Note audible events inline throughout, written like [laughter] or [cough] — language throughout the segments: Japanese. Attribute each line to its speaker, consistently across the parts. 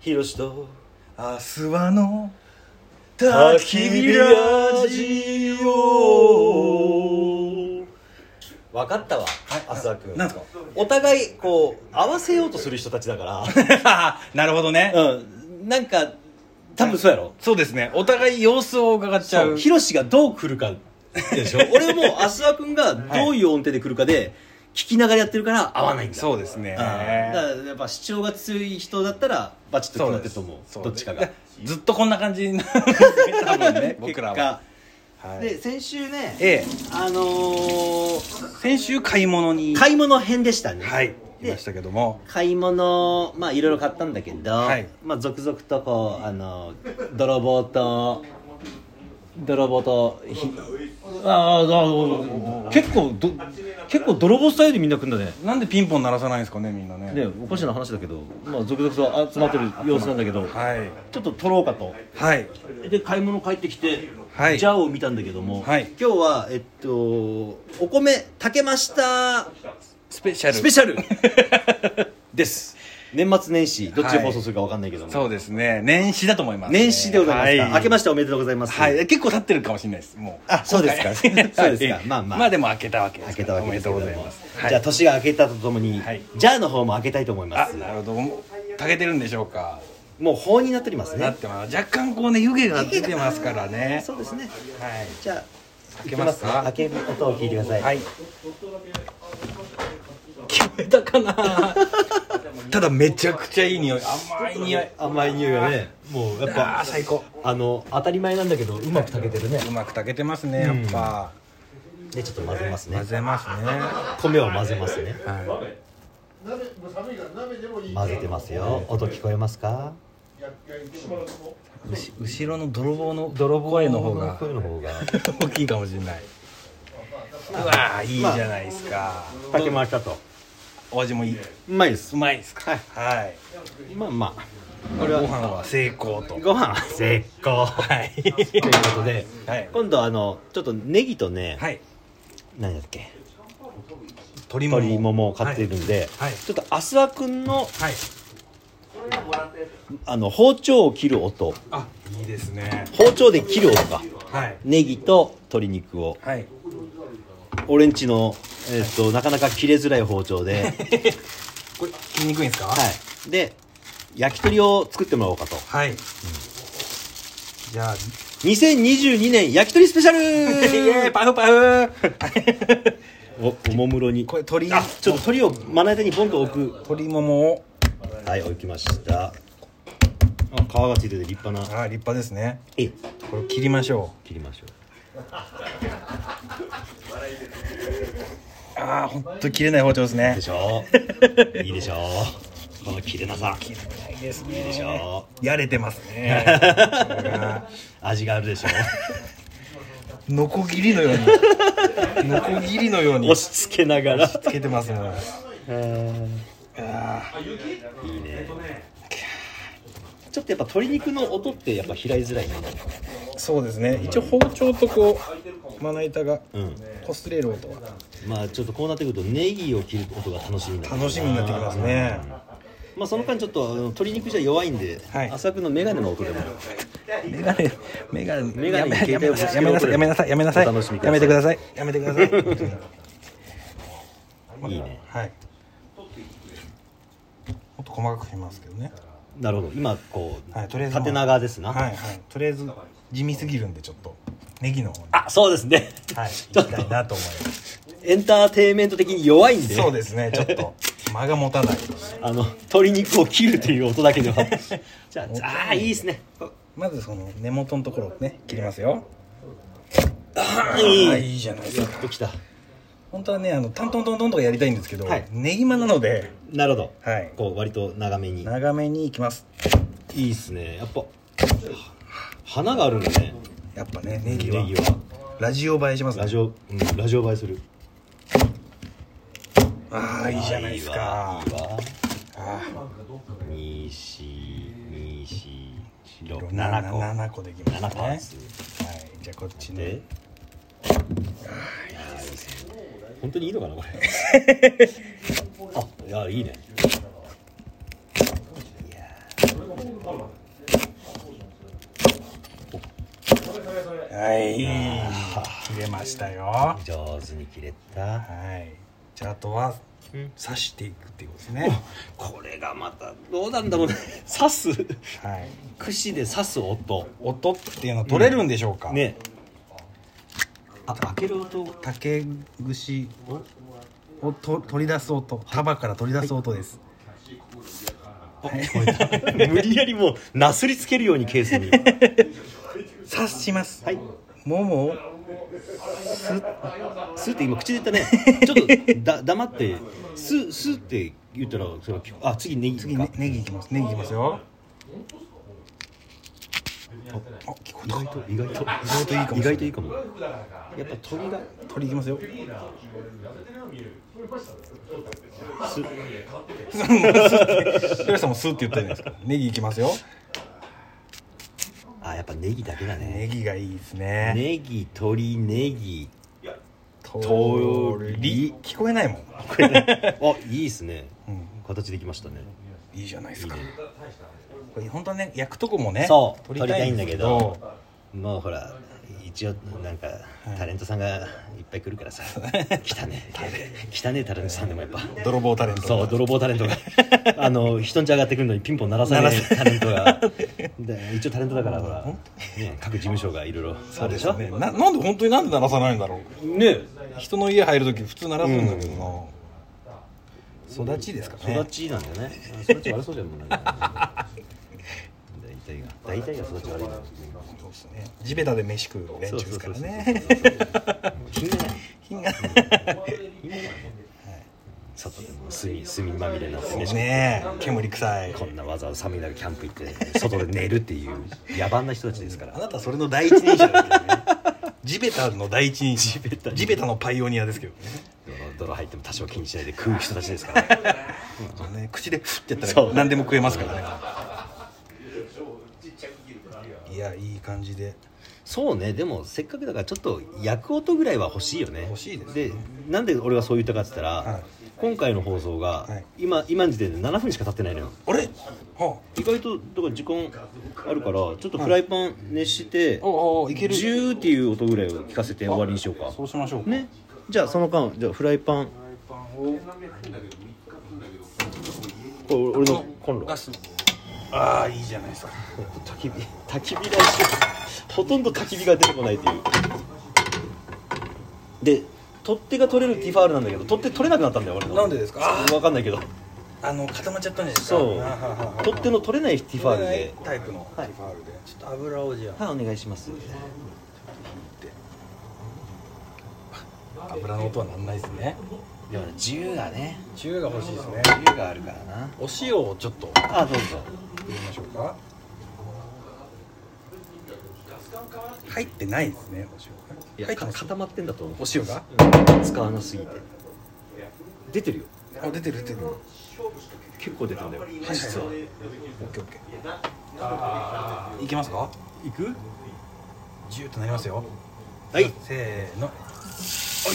Speaker 1: ひろしと
Speaker 2: 明日はの
Speaker 1: 焚
Speaker 2: 焚
Speaker 1: き
Speaker 2: き
Speaker 1: 火
Speaker 2: 火
Speaker 1: ラ
Speaker 2: ラ
Speaker 1: ジ
Speaker 2: ジ
Speaker 1: オ分かったわ浅田君
Speaker 2: なんですか
Speaker 1: お互いこう合わせようとする人たちだ [laughs] か
Speaker 2: [laughs] なるほどね、
Speaker 1: らうんなんか多分そうやろ
Speaker 2: そうですねお互い様子を伺っちゃ
Speaker 1: そう
Speaker 2: う
Speaker 1: ヒロシがどう来るかでしょ俺はもう浅田君がどういう音程で来るかで聞きながらやってるから合わないんだ
Speaker 2: そうですね
Speaker 1: うんだからやっぱ主張が強い人だったらバチッと決まってると思う
Speaker 2: そう
Speaker 1: ど
Speaker 2: で
Speaker 1: っち
Speaker 2: す
Speaker 1: かが
Speaker 2: ずっとこんな感じになるんです [laughs] ね多分
Speaker 1: [laughs]
Speaker 2: ね僕らは、
Speaker 1: 結果
Speaker 2: はい
Speaker 1: で先週ね、
Speaker 2: ええ
Speaker 1: あのー
Speaker 2: 先週買い物に
Speaker 1: 買い物編でしたね、
Speaker 2: はいい
Speaker 1: で
Speaker 2: ましたけども
Speaker 1: 買い物まあいろいろ買ったんだけど、
Speaker 2: はい
Speaker 1: まあ、続々とこうあの泥棒と泥棒とひ
Speaker 3: あーあー結構ど結構泥棒スタイルでみんな来るんだね
Speaker 2: なんでピンポン鳴らさないんですかねみんなね
Speaker 3: ねおかしな話だけど、まあ、続々と集まってる様子なんだけど
Speaker 2: はい
Speaker 3: ちょっと取ろうかと
Speaker 2: はい
Speaker 3: で買い物帰ってきて、
Speaker 2: はい
Speaker 3: ジャーを見たんだけども、
Speaker 2: はい
Speaker 1: 今日はえっとお米炊けました
Speaker 2: スペシャル
Speaker 1: スペシャル [laughs] です年末年始どっちで
Speaker 2: はい
Speaker 1: 放送するかわかんないけども、
Speaker 2: そうですね年始だと思います、
Speaker 1: 年始でございますか、明けま
Speaker 2: し
Speaker 1: しておめでとうございます、
Speaker 2: はい結構経ってるかもしれないですもう
Speaker 1: あそうですかそう [laughs] ですか
Speaker 2: はい
Speaker 1: まあまあ
Speaker 2: まあでも開けたわけです
Speaker 1: 明けたわけ
Speaker 2: おめ
Speaker 1: で
Speaker 2: です
Speaker 1: け
Speaker 2: とう
Speaker 1: ど
Speaker 2: ご
Speaker 1: も
Speaker 2: ざいます、はい、
Speaker 1: じゃあ年が明けたとともに、
Speaker 2: はい
Speaker 1: ジャーの方も明けたいと思いま
Speaker 2: あ
Speaker 1: す
Speaker 2: なるほど炊けてるんでしょうか
Speaker 1: もう法になっております
Speaker 2: な
Speaker 1: ね
Speaker 2: ってます若干こうね湯気が出てますからね
Speaker 1: そうですね
Speaker 2: はい
Speaker 1: じゃあ
Speaker 2: 開けますか
Speaker 1: 開ける音を聞いてください、
Speaker 2: はい聞こえたかな [laughs] ただめちゃくちゃいい匂い甘い匂い
Speaker 1: 甘い匂いがねもうやっ
Speaker 2: あ
Speaker 1: ぱ
Speaker 2: ー最高
Speaker 1: あの当たり前なんだけどうまく炊けてるね
Speaker 2: うまく炊けてますねやっぱ、
Speaker 1: でちょっと混ぜますね
Speaker 2: 混ぜますね
Speaker 1: 米を混ぜますね
Speaker 2: は
Speaker 1: 混ぜてますよ音聞こえますか
Speaker 2: い、うし後ろの泥棒の泥棒への方が
Speaker 1: 声の方が
Speaker 2: [laughs] 大きいかもしれない。うわーいいじゃないですか。
Speaker 1: 炊けましたと
Speaker 2: お味もいい。
Speaker 1: うまいです
Speaker 2: うまいですか。はい。
Speaker 1: まあまあ
Speaker 2: これはご飯は成功と。
Speaker 1: ご飯は絶好
Speaker 2: はい。
Speaker 1: ということで
Speaker 2: はい。
Speaker 1: 今度あのちょっとネギとね、
Speaker 2: はい。
Speaker 1: 何だっけ
Speaker 2: 鶏もも。
Speaker 1: 鶏ももを買っているんで、
Speaker 2: はいはい
Speaker 1: ちょっと浅田君の
Speaker 2: はい。
Speaker 1: あの包丁を切る音
Speaker 2: あ、いいですね。
Speaker 1: 包丁で切る音か
Speaker 2: はい。
Speaker 1: ネギと鶏肉を
Speaker 2: はい。
Speaker 1: 俺んちの、えっとなかなか切れづらい包丁で、は
Speaker 2: これ切りにくいんですか。
Speaker 1: い、で焼き鳥を作ってもらおうかと
Speaker 2: はい。じゃあ、
Speaker 1: 2022年焼き鳥スペシャ
Speaker 2: [laughs]
Speaker 1: [laughs]
Speaker 2: イエーイ
Speaker 1: ル
Speaker 2: パフパフ。
Speaker 1: おおもむろに
Speaker 2: これ鶏
Speaker 1: あちょっと鶏をまな板にボンと置く
Speaker 2: 鶏ももを。
Speaker 1: はい置きましたあ皮がついてて立派な
Speaker 2: あー、立派ですね。
Speaker 1: え
Speaker 2: これ切りましょ
Speaker 1: 切りましょう
Speaker 2: う。ああ、本当切れない包丁ですね
Speaker 1: で。しょ
Speaker 2: [laughs]
Speaker 1: いいでしょこの切れなさ
Speaker 2: いいですね。
Speaker 1: いいでしょ
Speaker 2: やれてますね。
Speaker 1: 味があるでしょ
Speaker 2: ノコギリのように。ノコギリのように。
Speaker 1: 押
Speaker 2: [laughs] 押し
Speaker 1: し付けながら
Speaker 2: 付けてますもん。ああ、
Speaker 1: ちょっとやっぱ鶏肉の音ってやっぱ拾いづらいね
Speaker 2: そうですね。一応包丁とこう。まな板が。
Speaker 1: うん
Speaker 2: こすれる音が。
Speaker 1: まあちょっとこうなってくるとネギを切ることが楽しみになってくる
Speaker 2: 楽しみになってきますね。
Speaker 1: まあその間ちょっとあの鶏肉じゃ弱いんで、
Speaker 2: はい
Speaker 1: 浅くのメガネの音でも
Speaker 2: メガネ。メガネ。
Speaker 1: メガネに携
Speaker 2: やめ
Speaker 1: 帯を差し込む音で
Speaker 2: やめなさい。やめなさい。や
Speaker 1: お
Speaker 2: め
Speaker 1: 楽
Speaker 2: な
Speaker 1: し
Speaker 2: さ
Speaker 1: み
Speaker 2: い。
Speaker 1: くだ
Speaker 2: や
Speaker 1: さい
Speaker 2: めてください。やめてください。
Speaker 1: いいね
Speaker 2: はい。もっと細かくしますけどね。
Speaker 1: なるほど今こう、
Speaker 2: はい、とりあえず。
Speaker 1: 縦長ですな、
Speaker 2: はい、はい。とりあえず。地味すぎるんで、ちょっと。ネギの方に。
Speaker 1: あそうですね
Speaker 2: はい。
Speaker 1: ちょ
Speaker 2: 行
Speaker 1: っ
Speaker 2: き
Speaker 1: と
Speaker 2: たいなと思います。
Speaker 1: エンターテインメント的に弱いんで
Speaker 2: そうですね、ちょっと間が持たない。
Speaker 1: あの鶏肉を切るという音だけでは [laughs] じゃああーいいですね
Speaker 2: まずその根元のところをね、切りますよ。
Speaker 1: あ
Speaker 2: あ
Speaker 1: ーいい
Speaker 2: いいじゃないです
Speaker 1: やっ
Speaker 2: か。
Speaker 1: ときた
Speaker 2: 本当はね、あの、タントントントンとかやりたいんですけど、
Speaker 1: はい
Speaker 2: ネギマなので、
Speaker 1: なるほど
Speaker 2: はい。
Speaker 1: こう割と長めに
Speaker 2: 長めにいきます。
Speaker 1: いいっすねやっぱ花があるんだね
Speaker 2: やっぱね、ネ
Speaker 1: ネギ
Speaker 2: ギは。
Speaker 1: は
Speaker 2: ラジオ映えします、
Speaker 1: ラ
Speaker 2: ね。
Speaker 1: ジオ、うん、ラジオ映えする
Speaker 2: ああ、いいじゃないですか
Speaker 1: いい。わ
Speaker 2: あ
Speaker 1: 二四二四
Speaker 2: あ、
Speaker 1: 六
Speaker 2: 7
Speaker 1: 七
Speaker 2: 個。
Speaker 1: 個
Speaker 2: 7個できました
Speaker 1: 七
Speaker 2: ね。
Speaker 1: 個
Speaker 2: はい
Speaker 1: です。
Speaker 2: じゃあこっち
Speaker 1: で
Speaker 2: ね。
Speaker 1: 本当にいいのかなこれあいやいいねいやー
Speaker 2: はい切れましたよは
Speaker 1: 上手に切れた
Speaker 2: いじゃああとは
Speaker 1: うん
Speaker 2: 刺していくっていうことですね
Speaker 1: これがまたどうなんだろうね刺す
Speaker 2: はい
Speaker 1: 串で刺す音
Speaker 2: 音っていうの取れるんでしょうか、
Speaker 1: ねあ開ける音
Speaker 2: 竹串をと取り出す音束から取り出す音です、
Speaker 1: 無理やりもうなすりつけるようにケースに
Speaker 2: 刺します
Speaker 1: はい
Speaker 2: ももを
Speaker 1: スって今口で言ったねちょっとだ黙ってススって言ったらそれはあ次ネギ
Speaker 2: 次
Speaker 1: か
Speaker 2: ねネギいきますネギいきますよあ聞こえた
Speaker 1: 意外と
Speaker 2: 外といいかも
Speaker 1: 意外といいかもやっぱ鳥が
Speaker 2: 鳥いきますよ
Speaker 1: ス
Speaker 2: ひろしさんもスって言ったじゃないですかネギいきますよ
Speaker 1: あやっぱネギだけだね
Speaker 2: ネギがいいですね
Speaker 1: ネギ鳥ネギ
Speaker 2: と
Speaker 1: り
Speaker 2: 聞こえないもん、
Speaker 1: [laughs] あいいですね
Speaker 2: うん、
Speaker 1: 形できましたね
Speaker 2: いいじゃないで
Speaker 1: いい
Speaker 2: すか
Speaker 1: ね
Speaker 2: これ本当はね焼くとこもね
Speaker 1: そう
Speaker 2: 取りたいんだけど
Speaker 1: 取りもうほら一応なんかタレントさんがいっぱい来るからさ [laughs] 来たね来たねタレントさんでもやっぱ
Speaker 2: 泥棒タレント
Speaker 1: そう泥棒タレント [laughs] があの人んち上がってくるのにピンポン鳴らさないタレント [laughs] がで一応タレントだからほら、ね、各事務所がいろいろあ
Speaker 2: そう
Speaker 1: るで
Speaker 2: で
Speaker 1: し
Speaker 2: す
Speaker 1: ょ
Speaker 2: ねななんで本当になんで鳴らさないんだろう
Speaker 1: ね
Speaker 2: 人の家入るとき普通鳴らすんだけどな、育ちですかね
Speaker 1: 育ちなんだよね育ち悪そうじゃんもうなんか [laughs] 大体が大体が育ち悪いな
Speaker 2: そうですね地べたで飯食う連中ですからね
Speaker 1: そうそうそうそう品がない
Speaker 2: [laughs] 品が
Speaker 1: 外でもう炭炭まみれになって飯食って
Speaker 2: ねえ煙臭い
Speaker 1: こんなわざわざ寒い中キャンプ行って外で寝るっていう野蛮な人たちですか
Speaker 2: あ
Speaker 1: ら
Speaker 2: なたそれの第一人者ですけどね地べたの第一人
Speaker 1: 地
Speaker 2: 者
Speaker 1: べた
Speaker 2: 地べたのパイオニアですけどね
Speaker 1: 泥泥入っても多少気にしないで食う人たちですから
Speaker 2: ね口でフッてやった
Speaker 1: そ
Speaker 2: ら
Speaker 1: う
Speaker 2: 何でも食えますからねいやいい感じで
Speaker 1: そうねでもせっかくだからちょっと焼く音ぐらいは欲しいよね
Speaker 2: 欲しいです
Speaker 1: でなんで俺がそう言ったかって言ったら、
Speaker 2: はい
Speaker 1: 今回の放送が、
Speaker 2: はい
Speaker 1: 今今の時点で7分しか経ってないのよ
Speaker 2: あれは
Speaker 1: 意外とだから時間あるからちょっとフライパン熱して、
Speaker 2: あおあいける
Speaker 1: ジューっていう音ぐらいを聞かせて終わりにしようか
Speaker 2: そうしましょうか
Speaker 1: ねじゃあその間じゃあフライパンこれ俺俺のコンロ
Speaker 2: ガスああいいじゃないですか
Speaker 1: 焚き火焚き火来週 [laughs] ほとんど焚き火が出てこないというで取っ手が取れるティファールなんだけど取っ手取れなくなったんだよ俺の
Speaker 2: [laughs] なんでですか
Speaker 1: 分かんないけど
Speaker 2: あの固まっちゃったんじゃないですか
Speaker 1: そう
Speaker 2: あははは
Speaker 1: 取っ手の取れないティファールで
Speaker 2: タイプのティファールで、ちょっと油をじゃ
Speaker 1: はいお願いします
Speaker 2: あ油の音はなんないですね
Speaker 1: でもね自由がね
Speaker 2: 中が欲しいですね
Speaker 1: 自由があるからな
Speaker 2: お塩をちょっと
Speaker 1: あどうぞ
Speaker 2: 入れましょうか入ってないですね
Speaker 1: い
Speaker 2: お塩
Speaker 1: や
Speaker 2: 入って
Speaker 1: か
Speaker 2: ます
Speaker 1: 固まってんだと思う
Speaker 2: お塩が
Speaker 1: 使わなすぎて出てるよ
Speaker 2: あ出てる出てるオ
Speaker 1: 結構出たんだよ実は
Speaker 2: ッケーオッケーいけますか
Speaker 1: いく
Speaker 2: ジューッとなります
Speaker 1: は
Speaker 2: よ
Speaker 1: い
Speaker 2: せーの
Speaker 1: いいじ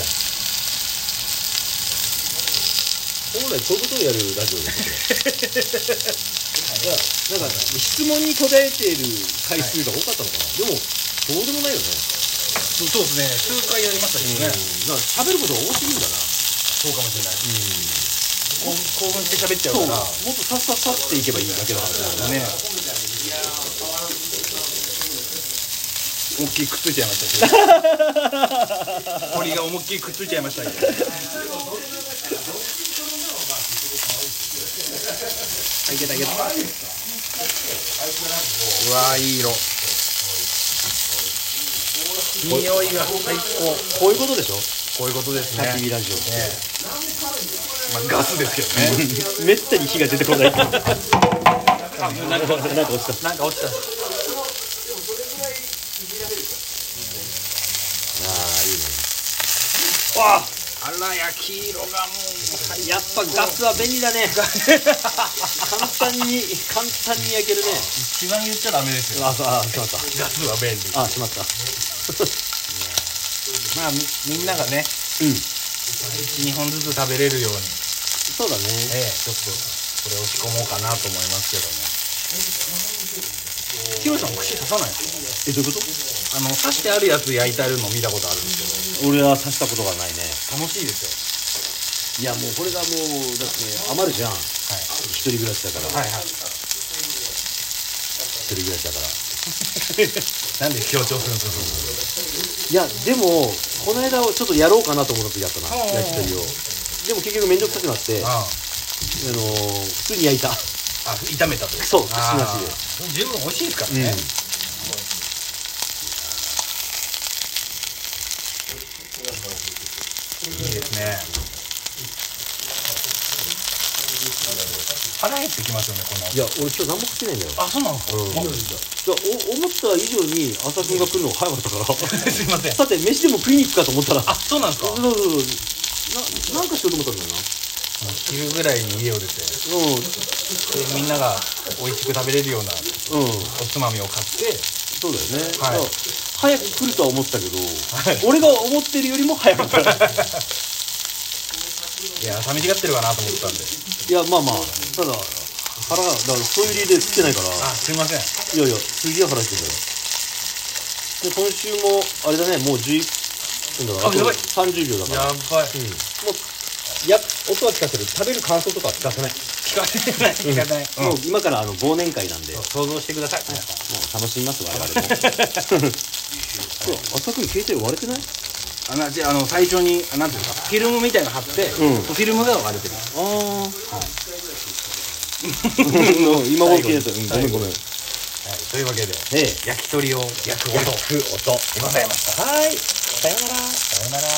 Speaker 1: ゃん。本来こういうことをやるラジオですよ。だからなんか質問に答えている回数が多かったのかな。でもそうでもないよね。
Speaker 2: そうそうですね数回やりましたけどね、
Speaker 1: なんか喋ることが多すぎるんだな。
Speaker 2: そうかもしれない、興興奮して喋っちゃう
Speaker 1: そう。
Speaker 2: か
Speaker 1: もっ
Speaker 2: ら
Speaker 1: とさっさっさっていけばいいだけだからね。
Speaker 2: ね思いっきりくっついちゃいましたけど鳥が思いっきりくっついちゃいましたけどあいけたいけたうわーいい色匂いが最高
Speaker 1: こういうことでしょ。
Speaker 2: こういうことです
Speaker 1: 焚き
Speaker 2: ね
Speaker 1: 火ラジオって。
Speaker 2: まあ、ガスですけど
Speaker 1: め
Speaker 2: ね
Speaker 1: ったに火が出てこない。なんかなんか落ちた。
Speaker 2: なんか落ちた
Speaker 1: ああいいね。
Speaker 2: あら焼き色がもう
Speaker 1: やっぱガスは便利だね簡単に簡単に焼けるね
Speaker 2: 一番言っちゃダメです
Speaker 1: ああしまっ
Speaker 2: ガスは便利
Speaker 1: たあしまった
Speaker 2: まあみみんなが
Speaker 1: うん
Speaker 2: ね1、2本ずつ食べれるように
Speaker 1: そうだね
Speaker 2: ええちょっとこれを着込もうかなと思いますけどねヒロさん串刺さないんです
Speaker 1: えど
Speaker 2: か
Speaker 1: ういうこと
Speaker 2: あの刺してあるやつ焼いてあるの見たことあるんです
Speaker 3: 俺は刺したことがないね
Speaker 2: けど楽しいですよ
Speaker 1: いやもうこれがもうだって余るじゃん一人暮らしだから
Speaker 2: はいは
Speaker 1: 一
Speaker 2: い
Speaker 1: 人暮らしだから
Speaker 2: なんで強調するんです
Speaker 1: いやでもこの間ちょっとやろうかなと思った時あったな
Speaker 2: ああ
Speaker 1: 焼き鳥をでも結局面倒くさくなって
Speaker 2: か
Speaker 1: あ
Speaker 2: あ
Speaker 1: の普通に焼いた
Speaker 2: あ炒めたと
Speaker 1: そう串なしで
Speaker 2: で十分美味しいですから
Speaker 1: うん
Speaker 2: ね、いいですね腹減ってきますよねこんない
Speaker 1: や俺今日何も食ってないんだよ
Speaker 2: あそうなんです
Speaker 1: う
Speaker 2: か、
Speaker 1: ん
Speaker 2: あ [laughs]
Speaker 1: いやお思った以上に浅君が来るのが早かったか
Speaker 2: [laughs]
Speaker 1: ら
Speaker 2: すいません
Speaker 1: さて飯でも食いに行くかと思ったら
Speaker 2: あそうなんですか
Speaker 1: そうそうそうななんかしようと思ったんだよな
Speaker 2: 昼ぐらいに家を出てでみんなが美味しく食べれるような
Speaker 1: うんうん
Speaker 2: おつまみを買って
Speaker 1: そうだよね、
Speaker 2: はい
Speaker 1: だから早く来るとは思ったけど、
Speaker 2: い
Speaker 1: 俺が思ってるよりも早かったい
Speaker 2: いや寂しがってるかなと思ったんで
Speaker 1: やまあまあただ腹がだからそういう理由で食ってないから
Speaker 2: あすいません
Speaker 1: いやいやすげえ腹減ってんだよで今週もあれだねもう11分だから
Speaker 2: あやばい
Speaker 1: と30秒だから
Speaker 2: やばい
Speaker 1: うんもうや音は聞かせる食べる感想とかは聞かせない、
Speaker 2: 聞かせない聞かせない、
Speaker 1: も
Speaker 2: う
Speaker 1: うん今からあの忘年会なんでもう
Speaker 2: 想像してください皆さん
Speaker 1: 楽しみます我々も
Speaker 2: [laughs]
Speaker 1: そう浅くん携帯割れてない
Speaker 2: あなじゃああの最初にあなんていうかフィルムみたいなの貼って、
Speaker 1: うん
Speaker 2: フィルムが割れてる
Speaker 1: ああ、
Speaker 2: [laughs]
Speaker 1: もう今
Speaker 2: 最
Speaker 1: 大き
Speaker 2: 後
Speaker 1: い [laughs]
Speaker 2: に
Speaker 1: やつ、うん、ごめんごめん。
Speaker 2: はい、というわけで
Speaker 1: ええ。
Speaker 2: 焼き鳥を焼く音焼く音でございましたはいさようならさようなら